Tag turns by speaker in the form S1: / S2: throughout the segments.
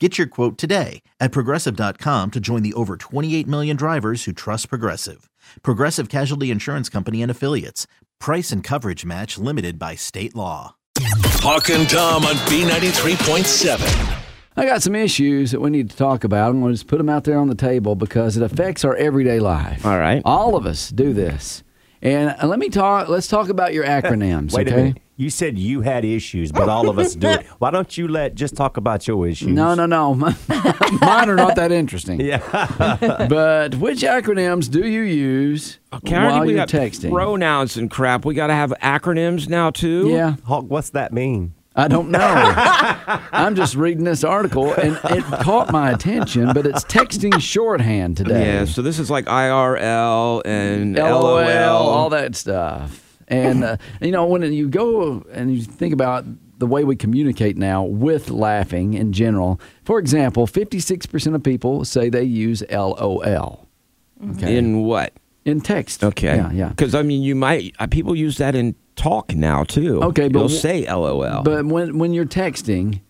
S1: Get your quote today at progressive.com to join the over 28 million drivers who trust Progressive. Progressive Casualty Insurance Company and Affiliates. Price and coverage match limited by state law.
S2: Hawk and Tom on B93.7.
S3: I got some issues that we need to talk about. I'm going to just put them out there on the table because it affects our everyday life.
S4: All right.
S3: All of us do this. And uh, let me talk. Let's talk about your acronyms.
S5: Wait
S3: okay.
S5: a minute. You said you had issues, but all of us do it. Why don't you let just talk about your issues?
S3: No, no, no. Mine are not that interesting. Yeah. but which acronyms do you use
S4: Okay, I already-
S3: while
S4: we
S3: you're
S4: got
S3: texting?
S4: pronouns and crap. We got to have acronyms now too.
S3: yeah.
S5: Hawk, what's that mean?
S3: I don't know. I'm just reading this article and it caught my attention, but it's texting shorthand today.
S4: Yeah. So this is like IRL and
S3: LOL,
S4: LOL.
S3: all that stuff. And uh, you know, when you go and you think about the way we communicate now with laughing in general, for example, 56% of people say they use LOL okay. in,
S4: Mm-hmm. In what?
S3: text.
S4: Okay.
S3: Yeah, yeah.
S4: Because I mean, you might uh, people use that in talk now too.
S3: Okay, but
S4: they'll
S3: wh-
S4: say LOL.
S3: But when, when you're texting,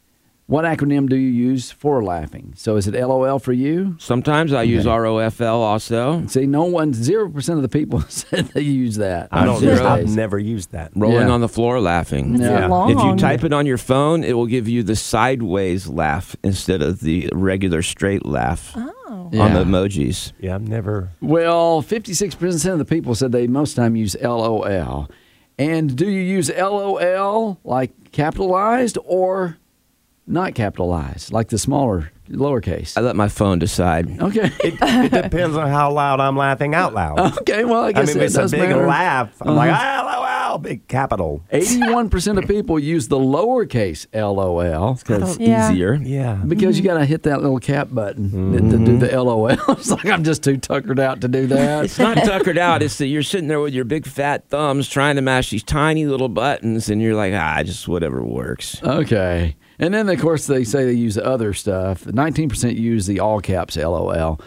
S3: what acronym do you use for laughing? So is it LOL for you?
S4: sometimes I use ROFL also.
S3: See, no one, 0% of the people said they use that.
S5: I don't.
S3: these
S4: Zero.
S5: I've
S3: days.
S5: never used that.
S4: Rolling
S3: Yeah.
S4: on the floor laughing.
S5: Yeah.
S4: If you type it on your phone, it will give you the sideways laugh instead of the regular straight laugh on
S3: Oh. Yeah.
S4: the emojis.
S5: Yeah, I've never.
S3: Well, 56% of the people said they most time use LOL. And do you use LOL like capitalized or not capitalized, like the smaller lowercase?
S4: I let my phone decide.
S3: Okay.
S5: It depends on how loud I'm laughing out loud.
S3: okay, well, I
S5: I
S3: guess
S5: mean, if
S3: it
S5: it's a
S3: does
S5: big
S3: matter. Uh-huh.
S5: laugh. I'm like, ah, LOL, big capital.
S3: 81% of people use the lowercase LOL
S4: That's easier.
S5: Yeah.
S3: because you got to hit that little cap button to,
S5: Mm-hmm.
S3: to do the LOL. it's like I'm just too tuckered out to do that.
S4: It's not tuckered out. It's that you're sitting there with your big fat thumbs trying to mash these tiny little buttons, and you're like, ah, just whatever works.
S3: Okay. And then, of course, they say they use other stuff. 19% use the all caps LOL.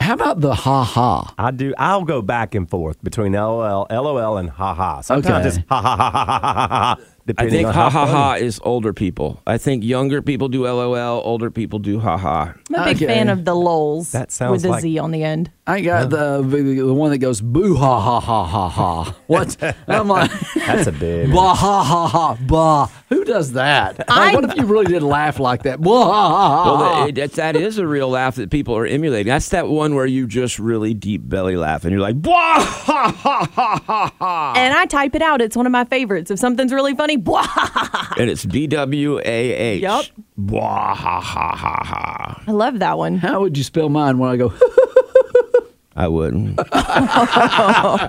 S3: How about the ha ha?
S5: I do. I'll go back and forth between LOL, LOL, and ha ha. Sometimes
S3: Okay.
S5: it's ha ha ha ha ha ha ha.
S4: I
S5: Depending
S4: think
S5: on
S4: ha
S5: how
S4: ha
S5: funny.
S4: ha is older people. I think younger people do LOL, older people do ha ha.
S6: I'm a big
S3: Okay.
S6: fan of the lols
S5: That sounds
S6: with the
S5: like-
S6: Z on the end.
S3: I got the, the the one that goes boo ha ha ha ha ha. What? I'm like
S5: That's a big.
S3: blah ha ha ha bah. Who does that? Like,
S6: I-
S3: what if you really did laugh like that? Blah ha ha ha.
S4: Well,
S3: ha.
S4: that, that, that is a real laugh that people are emulating. That's that one where you just really deep belly laugh and you're like, blah, ha, ha, ha, ha,
S3: Ah.
S4: ha.
S6: And I type it out. It's one of my favorites. If something's really funny, blah.
S4: And it's B W A H.
S6: Yup.
S4: Blah, ha, ha, ha, ha.
S6: I love that one.
S3: How would you spell mine when I go?
S4: I wouldn't.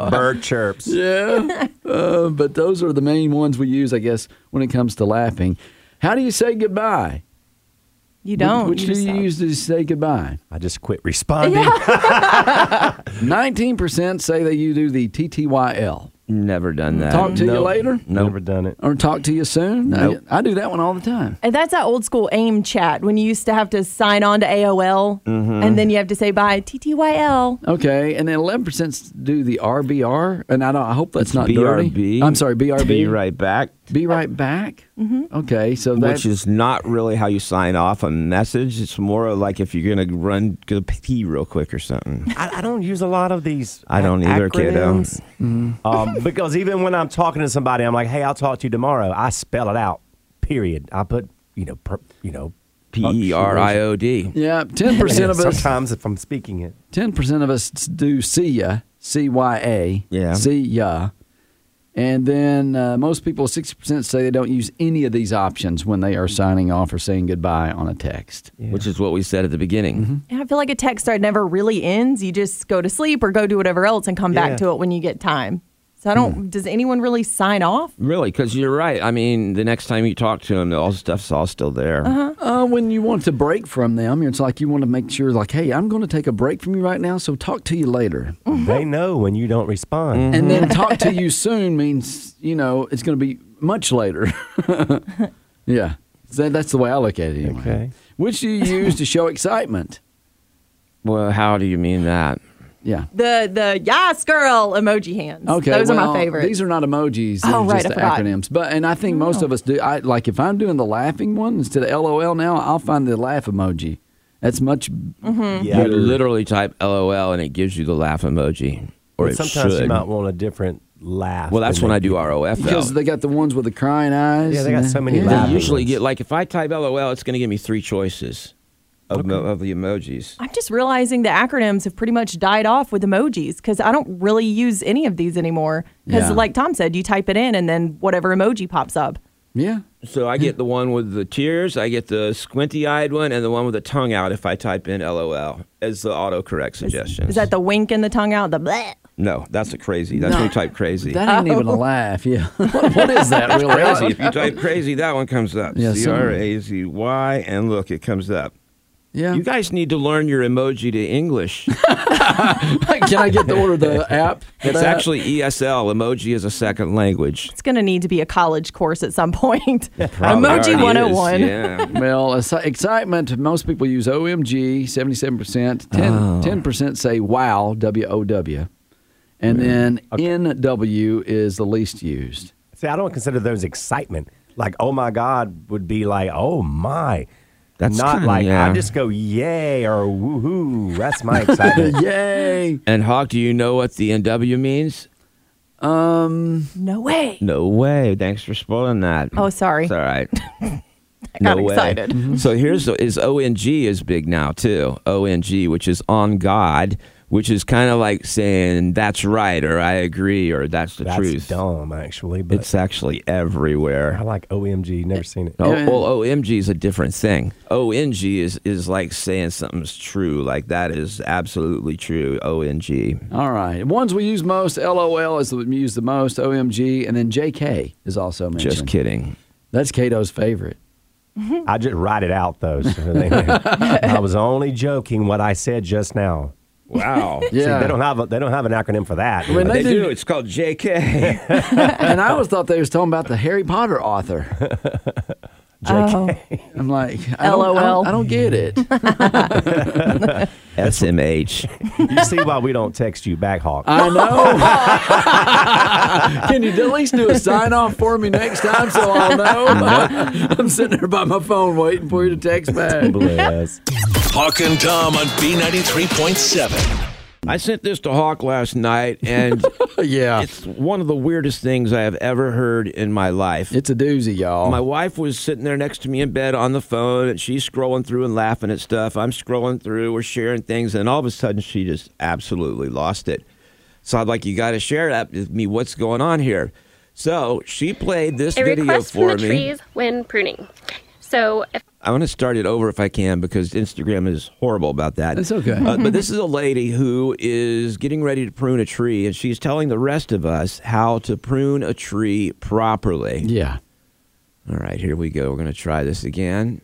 S5: Bird chirps.
S3: yeah. Uh, but those are the main ones we use, I guess, when it comes to laughing. How do you say goodbye?
S6: You don't.
S3: Which,
S6: you
S3: which
S6: just
S3: do you
S6: don't.
S3: use to say goodbye?
S5: I just quit responding.
S3: 19% say that you do the TTYL.
S4: Never done that.
S3: Talk to you later
S5: Never done it.
S3: or talk to you soon.
S4: Nope.
S3: I, I do that one all the time.
S6: And That's that old school AIM chat when you used to have to sign on to AOL
S3: Mm-hmm.
S6: and then you have to say bye, TTYL.
S3: Okay, and then 11% do the RBR, and I don't. I hope that's not dirty.
S4: BRB.
S3: I'm sorry, BRB.
S4: Be right back,
S3: Be right back. Okay, so that's
S4: which is not really how you sign off a message. It's more like if you're gonna run, go pee real quick or something.
S3: Oh,
S5: I, I don't use a lot of these.
S4: I don't
S5: ac-
S4: either, kiddo.
S5: acronyms. Um, because even when I'm talking to somebody, I'm like, "Hey, I'll talk to you tomorrow." I spell it out. Period. I put you know, uh, per, you know,
S4: P E R I O D.
S3: Yeah, ten percent of us.
S5: Sometimes if I'm speaking it,
S3: Ten percent of us do see ya, C Y A,
S4: Yeah.
S3: see ya, and then uh, most people, sixty percent, say they don't use any of these options when they are signing off or saying goodbye on a text.
S4: Which is what we said at the beginning.
S3: Mm-hmm.
S6: And I feel like a text thread never really ends. You just go to sleep or go do whatever else and come
S5: Yeah.
S6: back to it when you get time. So I don't.
S3: Hmm.
S6: Does anyone really sign off?
S4: Really, because you're right. I mean, the next time you talk to him, all the stuff's all still there.
S3: Uh, when you want to break from them, it's like you want to make sure, like, hey, I'm going to take a break from you right now, so talk to you later.
S5: they know when you don't respond.
S3: And then talk to you soon means, you know, it's going to be much later. yeah. So that's the way I look at it anyway.
S5: Okay.
S3: Which do you use to show excitement?
S4: Well, how do you mean that?
S3: Yeah.
S6: The the yes girl emoji hands.
S3: Okay.
S6: those
S3: well,
S6: are my favorite.
S3: These are not emojis. These
S6: Oh,
S3: are
S6: right,
S3: just
S6: I
S3: the
S6: forgot. Oh.
S3: acronyms. But and I think most of us do I like if I'm doing the laughing one instead of LOL now, I'll find the laugh emoji. That's much
S6: Mm-hmm.
S5: Yeah.
S4: You literally type LOL and it gives you the laugh emoji, or it
S5: sometimes
S4: should.
S5: you might want a different laugh.
S4: well, that's
S5: than
S4: when I
S5: they-
S4: do ROF.
S3: because
S4: though.
S3: they got the ones with the crying eyes.
S5: Yeah, they got
S3: and-
S5: so many
S3: yeah.
S4: They
S5: laughing
S4: usually
S5: ones.
S4: get like if I type LOL, it's going to give me three choices of, mo- of the emojis.
S6: I'm just realizing the acronyms have pretty much died off with emojis because I don't really use any of these anymore. Because,
S3: Yeah.
S6: like Tom said, you type it in and then whatever emoji pops up.
S3: Yeah.
S4: So I get the one with the tears, I get the squinty-eyed one, and the one with the tongue out. If I type in LOL, as the autocorrect suggestion.
S6: Is that the wink and the tongue out? The bleh.
S4: No, that's a crazy. That's when you type crazy.
S3: That ain't
S6: Oh.
S3: even a laugh. Yeah. What- what is that really?
S4: crazy. If you type crazy, that one comes up.
S3: Yeah,
S4: C R A Z Y, and look, it comes up.
S3: Yeah.
S4: You guys need to learn your emoji to English.
S3: Can I get the order of the app? for
S4: It's
S3: that?
S4: actually ESL. Emoji is a second language.
S6: It's going to need to be a college course at some point.
S4: Probably
S6: emoji
S4: already is,
S6: 101.
S4: Yeah.
S3: Well, as- excitement. Most people use OMG, 77%. 10, percent say wow, W O W. And then NW is the least used.
S5: See, I don't consider those excitement. Like, oh my God, would be like, oh my.
S4: That's
S5: not
S4: kinda-
S5: like
S4: yeah.
S5: I just go yay or woohoo. That's my excitement.
S3: Yay.
S4: And Hawk, do you know what the NW means?
S3: Um,
S6: No way.
S4: No way. Thanks for spoiling that.
S6: Oh, sorry.
S4: It's all right.
S6: I got excited.
S5: Mm-hmm.
S4: So here's is ONG is big now too. ONG, which is on God, which is kind of like saying that's right or I agree or that's the
S5: That's
S4: truth.
S5: dumb, actually. But
S4: It's actually
S5: I
S4: everywhere.
S5: like OMG. Never seen it.
S4: Oh, well, OMG is a different thing. ONG is is like saying something's true, like that is absolutely true. ONG.
S3: all right. Ones we use most, LOL is the we use the most, OMG, and then JK is also mentioned.
S4: Just kidding.
S3: That's Cato's favorite.
S5: I just write it out, though. so they- I was only joking what I said just now.
S4: Wow.
S3: Yeah.
S5: See, they don't have a, they don't have an acronym for that.
S3: When
S4: They
S3: they do-
S4: do. It's called JK.
S3: and I always thought they was talking about the Harry Potter author.
S6: Oh.
S3: I'm like, I don't- I don't-
S6: LOL.
S3: I don't get it.
S4: SMH.
S5: you see why we don't text you back, Hawk.
S3: I know. Can you at least do a sign off for me next time so I'll know? I'm sitting there by my phone waiting for you to text back.
S5: Bless.
S2: Hawk and Tom on B93.7.
S4: I sent this to Hawk last night, and
S3: Uh, yeah. It's,
S4: it's one of the weirdest things I have ever heard in my life.
S3: a doozy, y'all.
S4: my wife was sitting there next to me in bed on the phone, and she's scrolling through and laughing at stuff. I'm scrolling through, we're sharing things, and all of a sudden she just absolutely lost it. So I'm like, you got to share that with me. What's going on here? So she played this
S7: a
S4: video
S7: request
S4: for
S7: from the
S4: me.
S7: trees when pruning. So if
S4: I want to start it over if I can because Instagram is horrible about that.
S3: It's okay.
S4: Uh, but this is a lady who is getting ready to prune a tree, and she's telling the rest of us how to prune a tree properly.
S3: yeah.
S4: All right, here we go. We're going to try this again.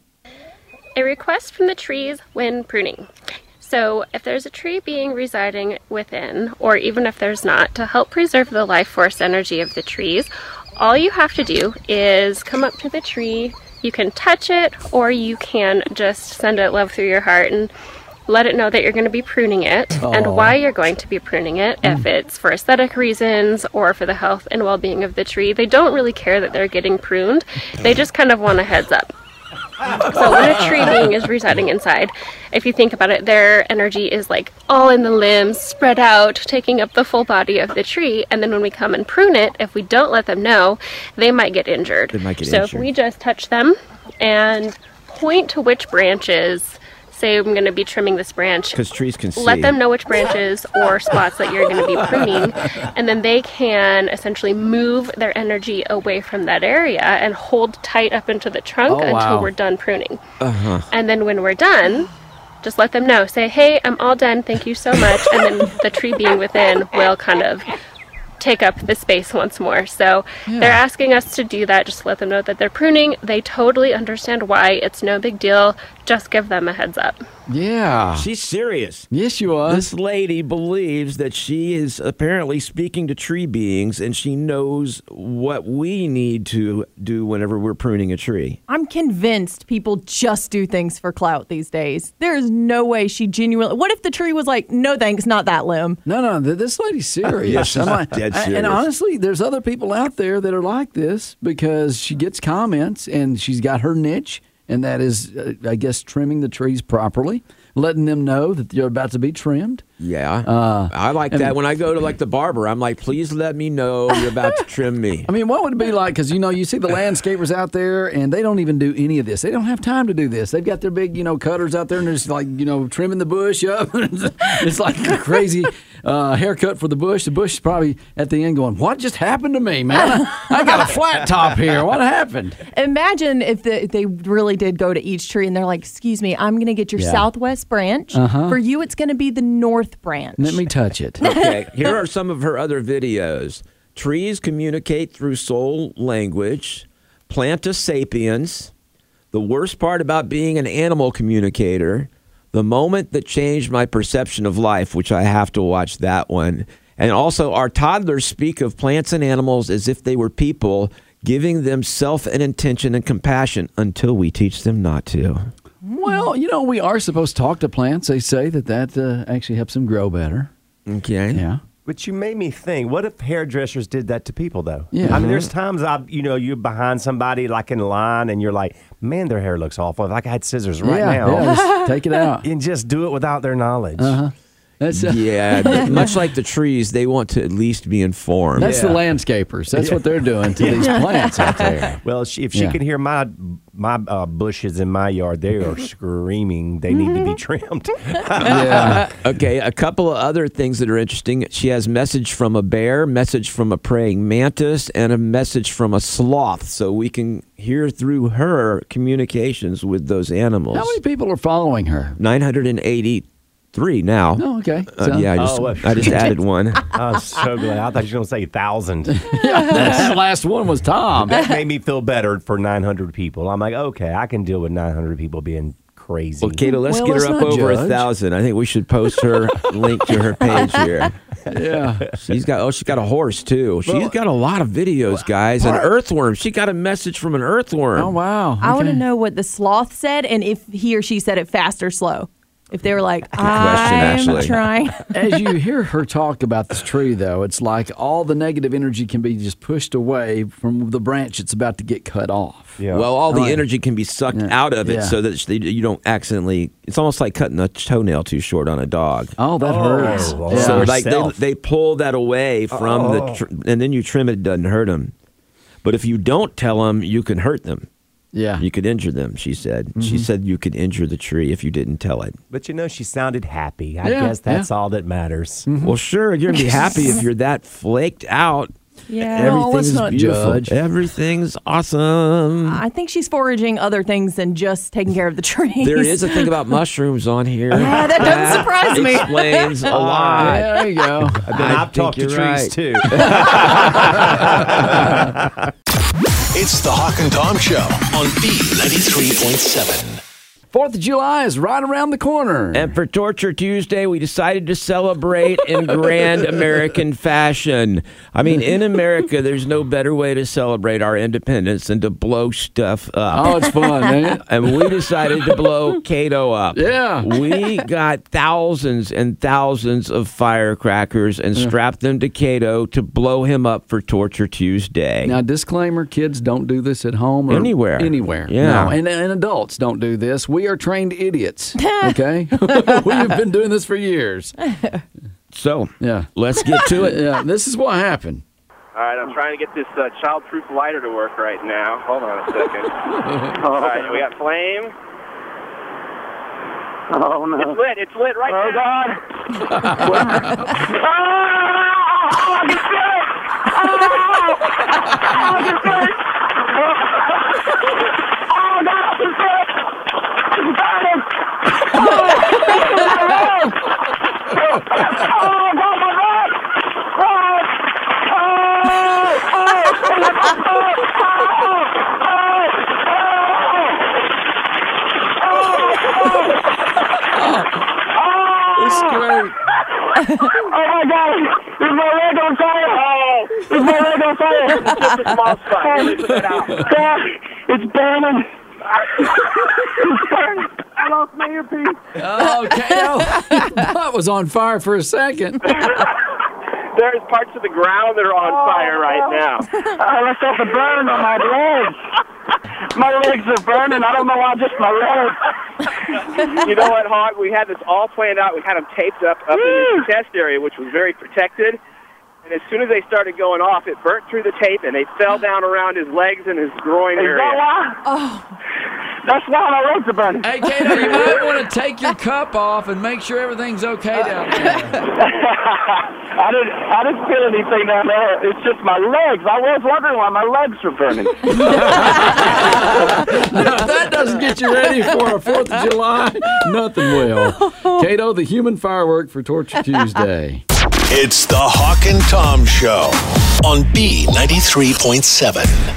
S7: a request from the trees when pruning. So if there's a tree being residing within, or even if there's not, to help preserve the life force energy of the trees, all you have to do is come up to the tree. You can touch it, or you can just send it love through your heart and let it know that you're going to be pruning it and why you're going to be pruning it if it's for aesthetic reasons or for the health and well-being of the tree they don't really care that they're getting pruned they just kind of want a heads up so when a tree being is residing inside, if you think about it, their energy is like all in the limbs, spread out, taking up the full body of the tree. And then when we come and prune it, if we don't let them know, they might get injured.
S4: They might get
S7: so
S4: injured.
S7: if we just touch them and point to which branches, say I'm going to be trimming this branch,
S4: Because trees can see.
S7: let them know which branches or spots that you're going to be pruning, and then they can essentially move their energy away from that area and hold tight up into the trunk
S3: Oh,
S7: until
S3: wow.
S7: we're done pruning. And then when we're done, just let them know. Say, hey, I'm all done. Thank you so much. And then the tree being within will kind of take up the space once more. So they're asking us to do that. Just let them know that they're pruning. They totally understand why. It's no big deal. Just give them a heads up.
S3: Yeah.
S4: She's serious.
S3: Yes, you are.
S4: This lady believes that she is apparently speaking to tree beings and she knows what we need to do whenever we're pruning a tree.
S6: I'm convinced people just do things for clout these days. There is no way she genuinely. What if the tree was like, no thanks, not that limb?
S3: No, no, th- this lady's serious.
S4: Yeah, she's
S3: I'm like-
S4: dead
S3: I-
S4: serious.
S3: And honestly, there's other people out there that are like this because she gets comments and she's got her niche, and that is, uh, I guess, trimming the trees properly, letting them know that they're about to be trimmed.
S4: Yeah.
S3: Uh,
S4: I like that. When I go to like the barber, I'm like, please let me know you're about to trim me.
S3: I mean, what would it be like? Because you know, you see the landscapers out there, and they don't even do any of this. They don't have time to do this. They've got their big, you know, cutters out there, and they're just like, you know, trimming the bush up. it's like a crazy uh, haircut for the bush. The bush is probably at the end going, "What just happened to me, man? I, I got a flat top here. What happened?"
S6: Imagine if the, if they really did go to each tree and they're like, excuse me, I'm going to get your
S3: Yeah.
S6: southwest branch. For you, it's going to be the north branch.
S3: Let me touch it.
S4: Okay. Here are some of her other videos. Trees communicate through soul language. Planta sapiens. The worst part about being an animal communicator. The moment that changed my perception of life, which I have to watch that one. And also, our toddlers speak of plants and animals as if they were people, giving them self and intention and compassion until we teach them not to.
S3: Well, you know, we are supposed to talk to plants. They say that that uh, actually helps them grow better.
S4: Okay.
S3: Yeah.
S5: But you made me think. What if hairdressers did that to people, though?
S3: Yeah. Mm-hmm.
S5: I mean, there's times I, you know, you're behind somebody like in line, and you're like, "Man, their hair looks awful." If I had scissors right
S3: yeah,
S5: now,
S3: yeah, Uh-huh. just take it out.
S5: and just do it without their knowledge.
S3: That's, uh,
S4: Yeah, but much like the trees, they want to at least be informed.
S3: That's the landscapers. That's what they're doing to these plants out there.
S5: Well, she, if she
S3: Yeah.
S5: can hear my my uh, bushes in my yard, they are screaming. They need to be trimmed.
S3: yeah.
S4: Okay, a couple of other things that are interesting. She has message from a bear, message from a praying mantis, and a message from a sloth. So we can hear through her communications with those animals.
S3: How many people are following her?
S4: Nine hundred and eighty-three now.
S3: Oh, okay.
S4: Uh,
S3: So-
S4: yeah, I just,
S5: Oh, uh,
S4: I just added one.
S5: I'm so glad. I thought you were going to say thousand.
S3: the last one was Tom.
S5: That made me feel better for 900 people. I'm like, okay, I can deal with 900 people being crazy.
S4: Well, Kato, let's
S3: Well,
S4: get her
S3: let's
S4: up
S3: not
S4: over a
S3: judge.
S4: thousand. I think we should post her link to her page here.
S3: Yeah.
S4: She's got oh, she's got a horse too. She's got a lot of videos, guys. An earthworm. She got a message from an earthworm.
S3: Oh, wow.
S6: I want to
S3: Okay.
S6: know what the sloth said and if he or she said it fast or slow. If they were like,
S4: question,
S6: I'm
S4: actually."
S6: trying.
S3: As you hear her talk about this tree, though, it's like all the negative energy can be just pushed away from the branch that's about to get cut off.
S5: Yeah.
S4: Well, all the
S3: Right.
S4: energy can be sucked
S3: Yeah.
S4: out of it
S3: Yeah.
S4: so that they, you don't accidentally. It's almost like cutting a toenail too short on a dog.
S3: Oh, that hurts.
S5: well,
S3: Yeah.
S4: So
S5: Yourself.
S4: like they, they pull that away from the, tr- and then you trim it, it doesn't hurt them. But if you don't tell them, you can hurt them.
S3: yeah.
S4: You could injure them. She said. She
S3: Mm-hmm.
S4: said you could injure the tree if you didn't tell it.
S5: But you know, she sounded happy. I
S3: Yeah,
S5: guess that's
S3: yeah.
S5: all that matters.
S4: Well, sure, you're gonna be happy if you're that flaked out.
S6: yeah.
S3: No, let's
S4: Everything's
S3: not
S4: beautiful.
S3: judge.
S4: Everything's awesome.
S6: I think she's foraging other things than just taking care of the trees.
S4: There is a thing about mushrooms on here.
S6: Yeah, that doesn't surprise me.
S4: Explains a lot.
S3: Yeah, there you go.
S5: But then
S4: I
S5: I've talked to
S4: think
S5: trees
S4: you're right.
S5: too.
S2: It's the Hawk and Tom Show on B93.7.
S3: Fourth of July is right around the corner.
S4: And for Torture Tuesday, we decided to celebrate in grand American fashion. I mean, in America, there's no better way to celebrate our independence than to blow stuff up.
S3: oh, it's fun, ain't it?
S4: And we decided to blow Cato up.
S3: Yeah.
S4: We got thousands and thousands of firecrackers and strapped them to Cato to blow him up for Torture Tuesday.
S3: Now, disclaimer: kids don't do this at home or
S4: Anywhere.
S3: Anywhere,
S4: Yeah.
S3: No, and, and adults don't do this. We are trained idiots. Okay, we have been doing this for years.
S4: so,
S3: Yeah.
S4: let's get to it.
S3: Yeah, this is what happened.
S8: All right, I'm trying to get this uh, child-proof lighter to work right now. Hold on a second. All right, we got flame.
S9: Oh no.
S8: It's lit. It's lit right now.
S3: It's great.
S9: Oh my god! Is my leg on fire? Oh! Is my leg on fire? It's just a small spot. it's burning. it's burning. I lost my earpiece.
S3: Oh, Kale, your butt was on fire for a second.
S8: There's parts of the ground that are on fire right now.
S9: I left off the burn on my legs. My legs are burning. I don't know why, just my legs.
S8: You know what, Hawk? We had this all planned out. We had them taped up up in the test area, which was very protected. And as soon as they started going off, it burnt through the tape and they fell down around his legs and his groin
S9: Is that
S8: area.
S9: why? Oh. That's why my legs are burning.
S3: Hey, Kato, you might want to take your cup off and make sure everything's okay down there.
S9: I didn't. I didn't feel anything down there. It's just my legs. I was wondering why my legs were burning.
S3: No, if that doesn't get you ready for a 4th of July, nothing will. Kato, the human firework for Torture Tuesday.
S2: It's the Hawk and Tom Show on B93.7.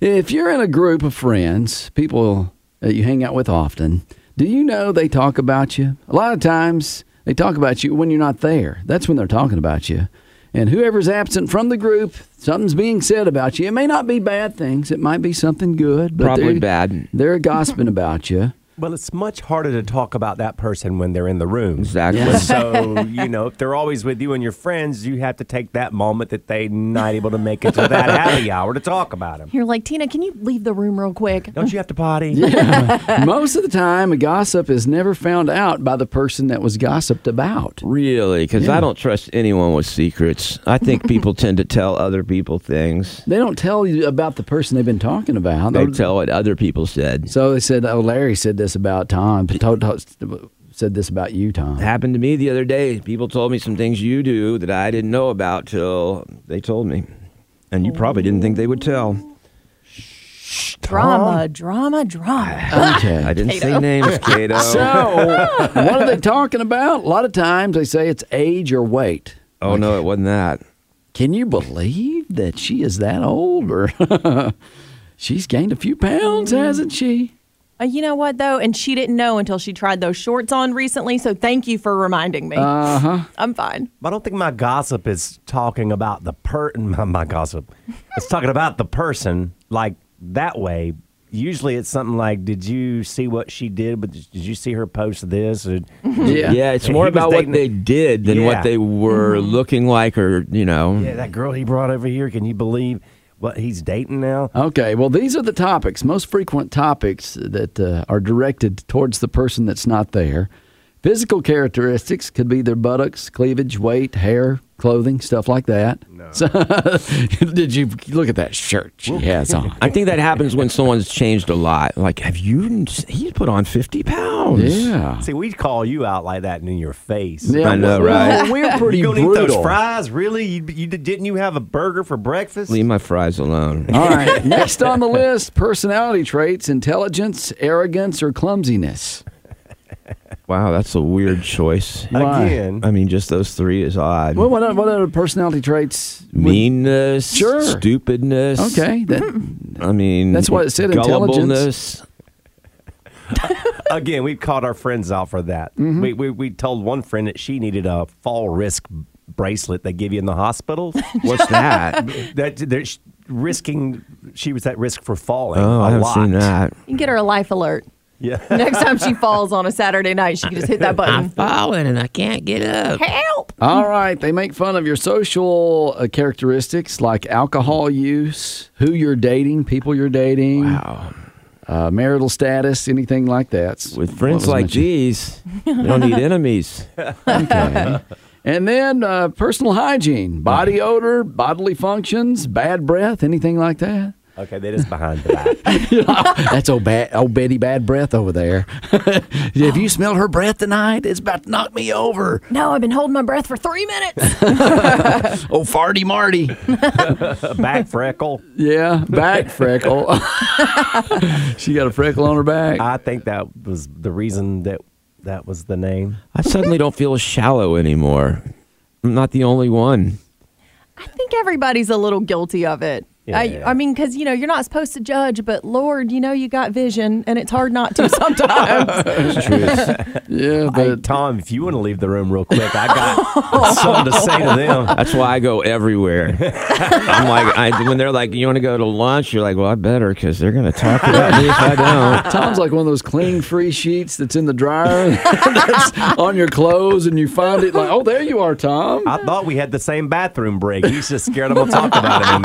S3: If you're in a group of friends, people that you hang out with often, do you know they talk about you? A lot of times they talk about you when you're not there. That's when they're talking about you. And whoever's absent from the group, something's being said about you. It may not be bad things, it might be something good, but
S4: Probably
S3: they're-
S4: bad.
S3: They're gossiping about you.
S5: Well, it's much harder to talk about that person when they're in the room.
S4: Exactly.
S5: So, you know, if they're always with you and your friends, you have to take that moment that they're not able to make it to that happy hour to talk about them.
S6: You're like, Tina, can you leave the room real quick?
S5: Don't you have to potty?
S3: Most of the time, a gossip is never found out by the person that was gossiped about.
S4: Really? Because I don't trust anyone with secrets. I think people tend to tell other people things.
S3: They don't tell you about the person they've been talking about.
S4: They
S3: They'll-
S4: tell what other people said.
S3: So they said, "Oh, Larry said this about Tom. Told, told- said this about you, Tom."
S4: happened to me the other day. People told me some things you do that I didn't know about till they told me. And you probably didn't think they would tell.
S6: Drama, drama, drama.
S4: I
S3: Okay.
S4: didn't say names, Kato.
S3: So what are they talking about? A lot of times they say it's age or weight.
S4: oh no, it wasn't that.
S3: Can you believe that she is that old? Or she's gained a few pounds, hasn't she?
S6: Uh, you know what, though? And she didn't know until she tried those shorts on recently. So thank you for reminding me. Uh huh. I'm fine.
S5: I don't think my gossip is talking about the per my, my gossip. It's talking about the person like that way. Usually it's something like, did you see what she did? But did you see her post this? Or,
S4: Yeah, it's
S5: And
S4: more
S5: he was
S4: about
S5: dating-
S4: what they did than
S5: Yeah.
S4: what they were looking like, or you know.
S5: yeah, that girl he brought over here. Can you believe what he's dating now?
S3: Okay, well, these are the topics, most frequent topics that uh, are directed towards the person that's not there. Physical characteristics could be their buttocks, cleavage, weight, hair, clothing, stuff like that. So, did you look at that shirt she has on?
S4: I think that happens when someone's changed a lot. Like, have you? He's put on fifty pounds.
S3: Yeah.
S5: See, we'd call you out like that and in your face.
S3: yeah
S4: I know,
S3: well,
S4: right?
S3: We're pretty
S5: You gonna eat
S3: brutal.
S5: those fries? Really? You, you didn't you have a burger for breakfast?
S4: Leave my fries alone.
S3: All right, next on the list personality traits, intelligence, arrogance, or clumsiness.
S4: Wow, that's a weird choice.
S3: Why?
S5: Again.
S4: I mean, just those three is odd.
S3: Well, what, what other personality traits? would-
S4: Meanness,
S3: Sure.
S4: stupidness.
S3: Okay, that,
S4: I mean,
S3: That's what it said, intelligence.
S4: gullibleness.
S5: Again, we've called our friends out for that.
S4: Mm-hmm.
S5: We, we we told one friend that she needed a fall risk bracelet they give you in the hospital.
S4: What's that?
S5: that they're sh- risking, she was at risk for falling.
S4: oh,
S5: I
S4: I haven't seen that.
S6: You can get her a life alert.
S5: Yeah.
S6: Next time she falls on a Saturday night, she can just hit that button.
S4: Falling and I can't get up.
S6: Help!
S3: All right, they make fun of your social uh, characteristics like alcohol use, who you're dating, people you're dating,
S4: Wow.
S3: uh, marital status, anything like that.
S4: With friends like
S3: G.
S4: these, you don't need enemies.
S3: And then uh, personal hygiene, body odor, bodily functions, bad breath, anything like that.
S5: Okay, that is behind the back.
S3: That's old, bad, old Betty bad breath over there. Have you smelled her breath tonight? It's about to knock me over.
S6: No, I've been holding my breath for three minutes.
S3: Oh, farty Marty.
S5: A back freckle.
S3: Yeah, back freckle. she got a freckle on her back.
S5: I think that was the reason that that was the name.
S4: I suddenly don't feel shallow anymore. I'm not the only one.
S6: I think everybody's a little guilty of it. I,
S5: Yeah.
S6: I mean, because, you know, you're not supposed to judge, but Lord, you know, you got vision and it's hard not to sometimes.
S3: yeah,
S5: Hey,
S3: but
S5: Tom, if you want to leave the room real quick, I got something to say to them.
S4: That's why I go everywhere. I'm like, I, when they're like, you want to go to lunch? You're like, well, I better because they're going to talk about me if I don't.
S3: Tom's like one of those cling free sheets that's in the dryer that's on your clothes, and you find it like, oh, there you are, Tom.
S5: I thought we had the same bathroom break. He's just scared I'm going to talk about it in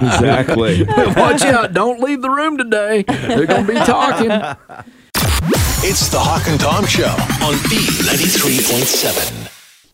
S5: there.
S4: Exactly.
S3: Watch out. Don't leave the room today. They're going to be talking.
S2: It's the Hawk and Tom Show on B93.7.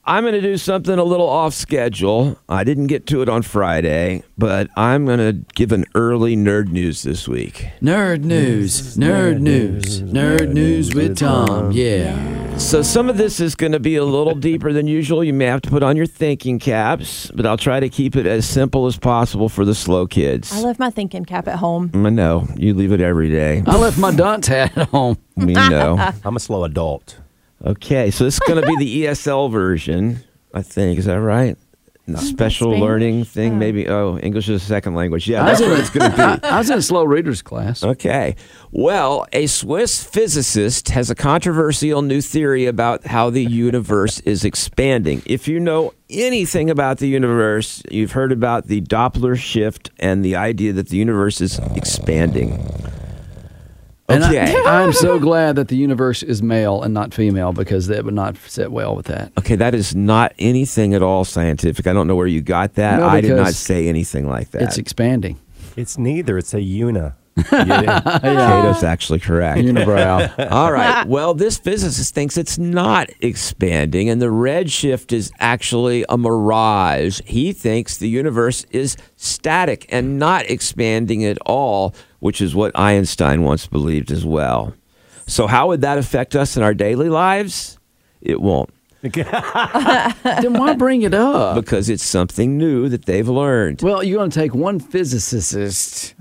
S4: I'm going to do something a little off schedule. I didn't get to it on Friday, but I'm going to give an early nerd news this week.
S3: Nerd news, nerd news, nerd news with Tom. Yeah.
S4: So some of this is going to be a little deeper than usual. You may have to put on your thinking caps, but I'll try to keep it as simple as possible for the slow kids.
S6: I left my thinking cap at home.
S4: I know you leave it every day.
S3: I left my dunce hat at home.
S4: We know.
S5: I'm a slow adult.
S4: Okay, so this is going to be the ESL version, I think. Is that right? The special
S6: Oh, Spanish.
S4: learning thing, maybe. Oh, English is a second language. Yeah,
S3: I was
S4: that's
S3: in
S4: what
S3: a-
S4: it's going to be.
S3: I, I was in a slow readers class.
S4: Okay. Well, a Swiss physicist has a controversial new theory about how the universe is expanding. If you know anything about the universe, you've heard about the Doppler shift and the idea that the universe is expanding.
S3: And
S4: Okay.
S3: I, am so glad that the universe is male and not female because that would not sit well with that.
S4: Okay, that is not anything at all scientific. I don't know where you got that.
S3: No,
S4: I did not
S3: because
S4: say anything like that.
S3: It's expanding.
S5: It's neither. It's a una.
S4: Cato's actually correct.
S3: Unibrow.
S4: All right. Well, this physicist thinks it's not expanding, and the redshift is actually a mirage. He thinks the universe is static and not expanding at all, which is what Einstein once believed as well. So, how would that affect us in our daily lives? It won't,
S3: then why bring it up?
S4: because it's something new that they've learned.
S3: Uh, Well, you're going to take one physicist.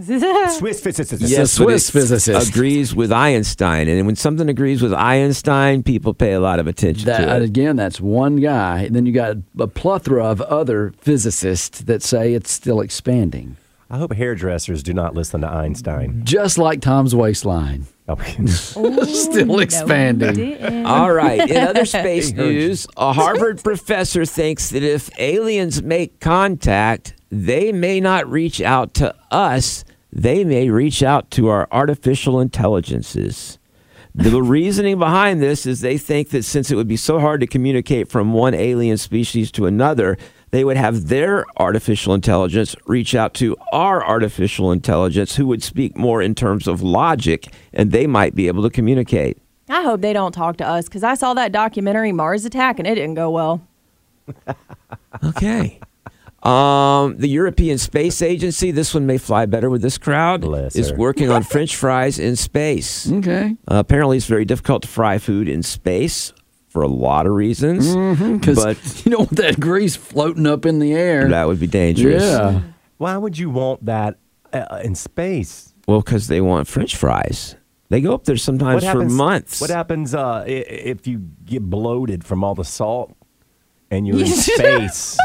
S5: Swiss physicist.
S3: Yes.
S4: but
S3: Swiss
S4: it
S3: physicist.
S4: agrees with Einstein, and when something agrees with Einstein, people pay a lot of attention to
S3: That,
S4: it.
S3: again, that's one guy. Then you got a plethora of other physicists that say it's still expanding,
S5: I hope hairdressers do not listen to Einstein.
S3: just like Tom's waistline, still expanding.
S4: All right. In other space news, a Harvard professor thinks that if aliens make contact, they may not reach out to us, they may reach out to our artificial intelligences. The reasoning behind this is they think that since it would be so hard to communicate from one alien species to another, they would have their artificial intelligence reach out to our artificial intelligence, who would speak more in terms of logic, and they might be able to communicate.
S6: I hope they don't talk to us because I saw that documentary, Mars Attack, and it didn't go well.
S4: Okay. Um, the European Space Agency, this one may fly better with this crowd,
S5: Bless
S4: is
S5: her.
S4: working on French fries in space.
S3: Okay.
S4: Uh, apparently, it's very difficult to fry food in space for a lot of reasons,
S3: Because
S4: but
S3: you don't want that grease floating up in the air.
S4: that would be dangerous.
S3: yeah.
S5: Why would you want that uh, in space?
S4: Well, because they want French fries. They go up there sometimes for months.
S5: What happens uh, i- i- if you get bloated from all the salt and you're in space?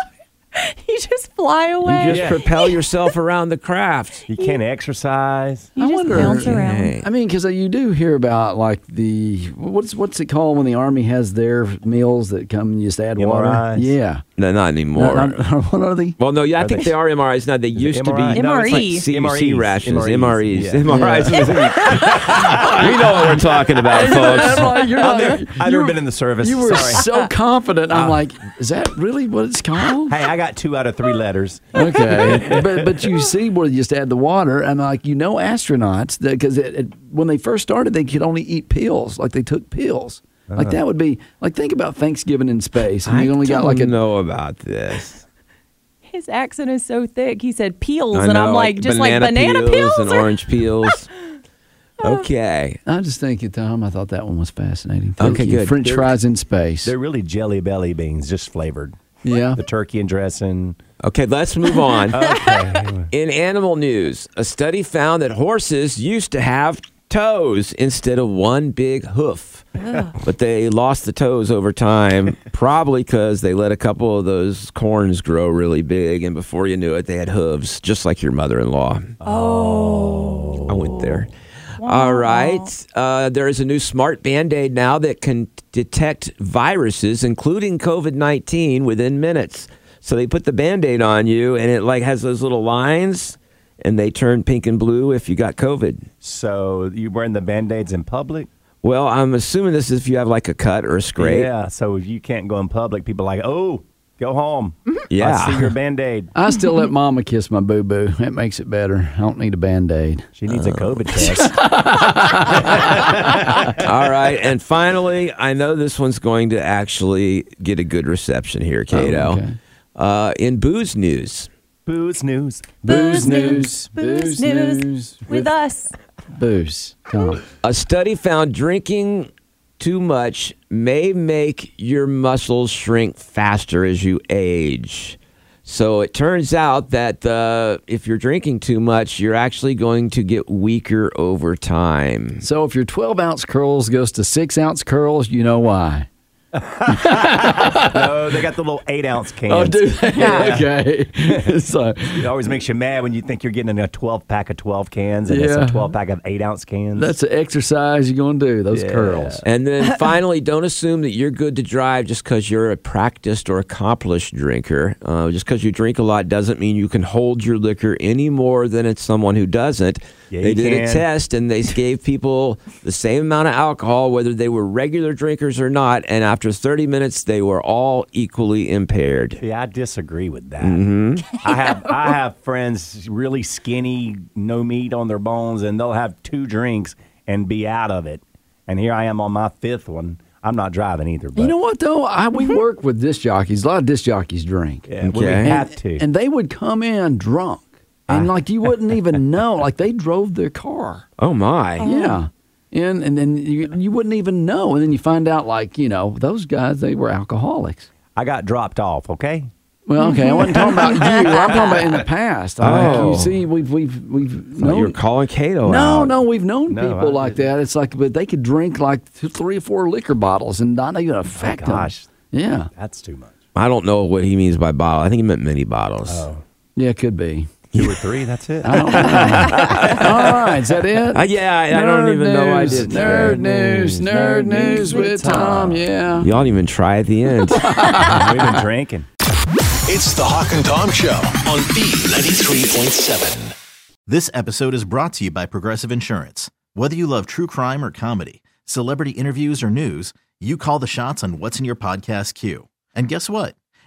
S6: You just fly
S4: You
S6: away.
S4: just propel yourself around the craft.
S5: You can't exercise.
S6: You just bounce around.
S4: Okay.
S3: I mean, because you do hear about like the what's what's it called when the army has their meals that come and you just add water.
S5: MRIs.
S3: Yeah.
S4: No, not anymore.
S3: Not- not- what are they?
S4: Well, no, yeah, I think they are MRIs now. They used to be
S3: E.
S5: MRI?
S4: No, it's like E
S6: MRE.
S4: CBC
S5: MREs.
S4: rations,
S5: MREs,
S4: MREs,
S5: E. yeah.
S4: MRIs. we know what we're talking about,
S3: I'm
S4: folks.
S3: like, you're like-
S5: I've never been in the service.
S3: You were
S5: Sorry.
S3: so confident.
S4: Ah.
S3: I'm like, is that really what it's called?
S5: hey, I got two out of three letters.
S3: Okay, but but you see where you just add the water, and like you know, astronauts because it, it, when they first started, they could only eat pills, like they took pills. Like that would be like think about Thanksgiving in space, and
S4: Ah. I
S3: you only got like a
S4: don't know about this.
S6: His accent is so thick. He said peels,
S4: I
S6: and
S4: know,
S6: I'm like, just like banana peels,
S4: and
S6: are-
S4: orange peels. okay,
S3: I just thank you, Tom. I thought that one was fascinating. Thank
S4: Okay,
S3: you.
S4: good.
S3: French
S4: They're-
S3: fries in space.
S5: They're really jelly belly beans, just flavored.
S3: Yeah.
S5: The turkey and dressing.
S4: okay, let's move on.
S5: Okay.
S4: In animal news, a study found that horses used to have toes instead of one big hoof. But they lost the toes over time, probably because they let a couple of those corns grow really big, and before you knew it, they had hooves, just like your mother-in-law. Oh, I went there. All right, uh, there is a new smart band-aid now that can detect viruses, including COVID-19, within minutes. So they put the band-aid on you, and it like has those little lines, and they turn pink and blue if you got COVID.
S5: so you wearing the band aids in public?
S4: Well, I'm assuming this is if you have like a cut or a scrape.
S5: Yeah. So if you can't go in public, people are like, oh, go home.
S3: Mm-hmm.
S4: Yeah.
S5: I see your band aid.
S3: I still let Mama kiss my boo boo. That makes it better. I don't need a band aid.
S5: She needs a COVID
S3: Uh.
S5: test.
S4: All right. And finally, I know this one's going to actually get a good reception here, Cato.
S3: okay.
S4: uh, in booze news,
S5: Booze news.
S3: Booze news.
S6: Booze news with us.
S3: booze. Tom.
S4: a study found drinking too much may make your muscles shrink faster as you age. So it turns out that uh, if you're drinking too much, you're actually going to get weaker over time.
S3: So if your 12 ounce curls goes to six ounce curls, you know why.
S5: Oh, they got the little eight ounce
S3: Oh,
S5: cans.
S3: okay. so
S5: It always makes you mad when you think you're getting a 12 pack of 12 cans and it's
S3: Yeah.
S5: a 12 pack of 8 ounce cans.
S3: that's an exercise you're going to do, those curls.
S4: And then finally, don't assume that you're good to drive just because you're a practiced or accomplished drinker. Uh, just because you drink a lot doesn't mean you can hold your liquor any more than it's someone who doesn't.
S5: Yeah,
S4: they
S5: you
S4: did a
S5: can.
S4: test and they gave people the same amount of alcohol, whether they were regular drinkers or not. And after 30 minutes, they were all equally impaired.
S5: yeah, I disagree with that. I have I have friends really skinny, no meat on their bones, and they'll have two drinks and be out of it. And here I am on my fifth one. I'm not driving either. But
S3: You know what though? I, we work with disc jockeys. A lot of disc jockeys drink.
S5: Mm-hmm. yeah, we
S4: Okay.
S5: would have to. Ah.
S3: And they would come in drunk. And like you wouldn't even know. Like they drove their car.
S4: Oh, my.
S5: Mm.
S3: Yeah. And and then you, you wouldn't even know. And then you find out like, you know, those guys they were alcoholics.
S5: I got dropped off. Okay.
S3: Well, okay, I wasn't talking about you. I'm talking about in the past. Like,
S4: Oh.
S3: you see, we've we've we've
S4: No, you're
S3: known
S4: calling Cato
S3: no,
S4: out.
S3: no, we've known
S5: No,
S3: people
S5: I
S3: like that. It's like, but they could drink like two, three or four liquor bottles and not
S4: Oh
S3: even affect
S5: gosh.
S3: them. Yeah,
S5: That's too much.
S4: I don't know what he means by bottle. I think he meant mini bottles. Oh.
S3: yeah, it could be.
S5: Two or three. That's it.
S3: I don't know. All right, is that it?
S4: Uh, yeah, I, I don't even know I
S3: Nerd
S4: did
S3: Nerd news, nerd news with Tom. Yeah.
S4: Y'all didn't even try at the end.
S5: We've been drinking.
S2: It's the Hawk and Tom Show on B93.7.
S1: This episode is brought to you by Progressive Insurance. Whether you love true crime or comedy, celebrity interviews or news, you call the shots on what's in your podcast queue. And guess what?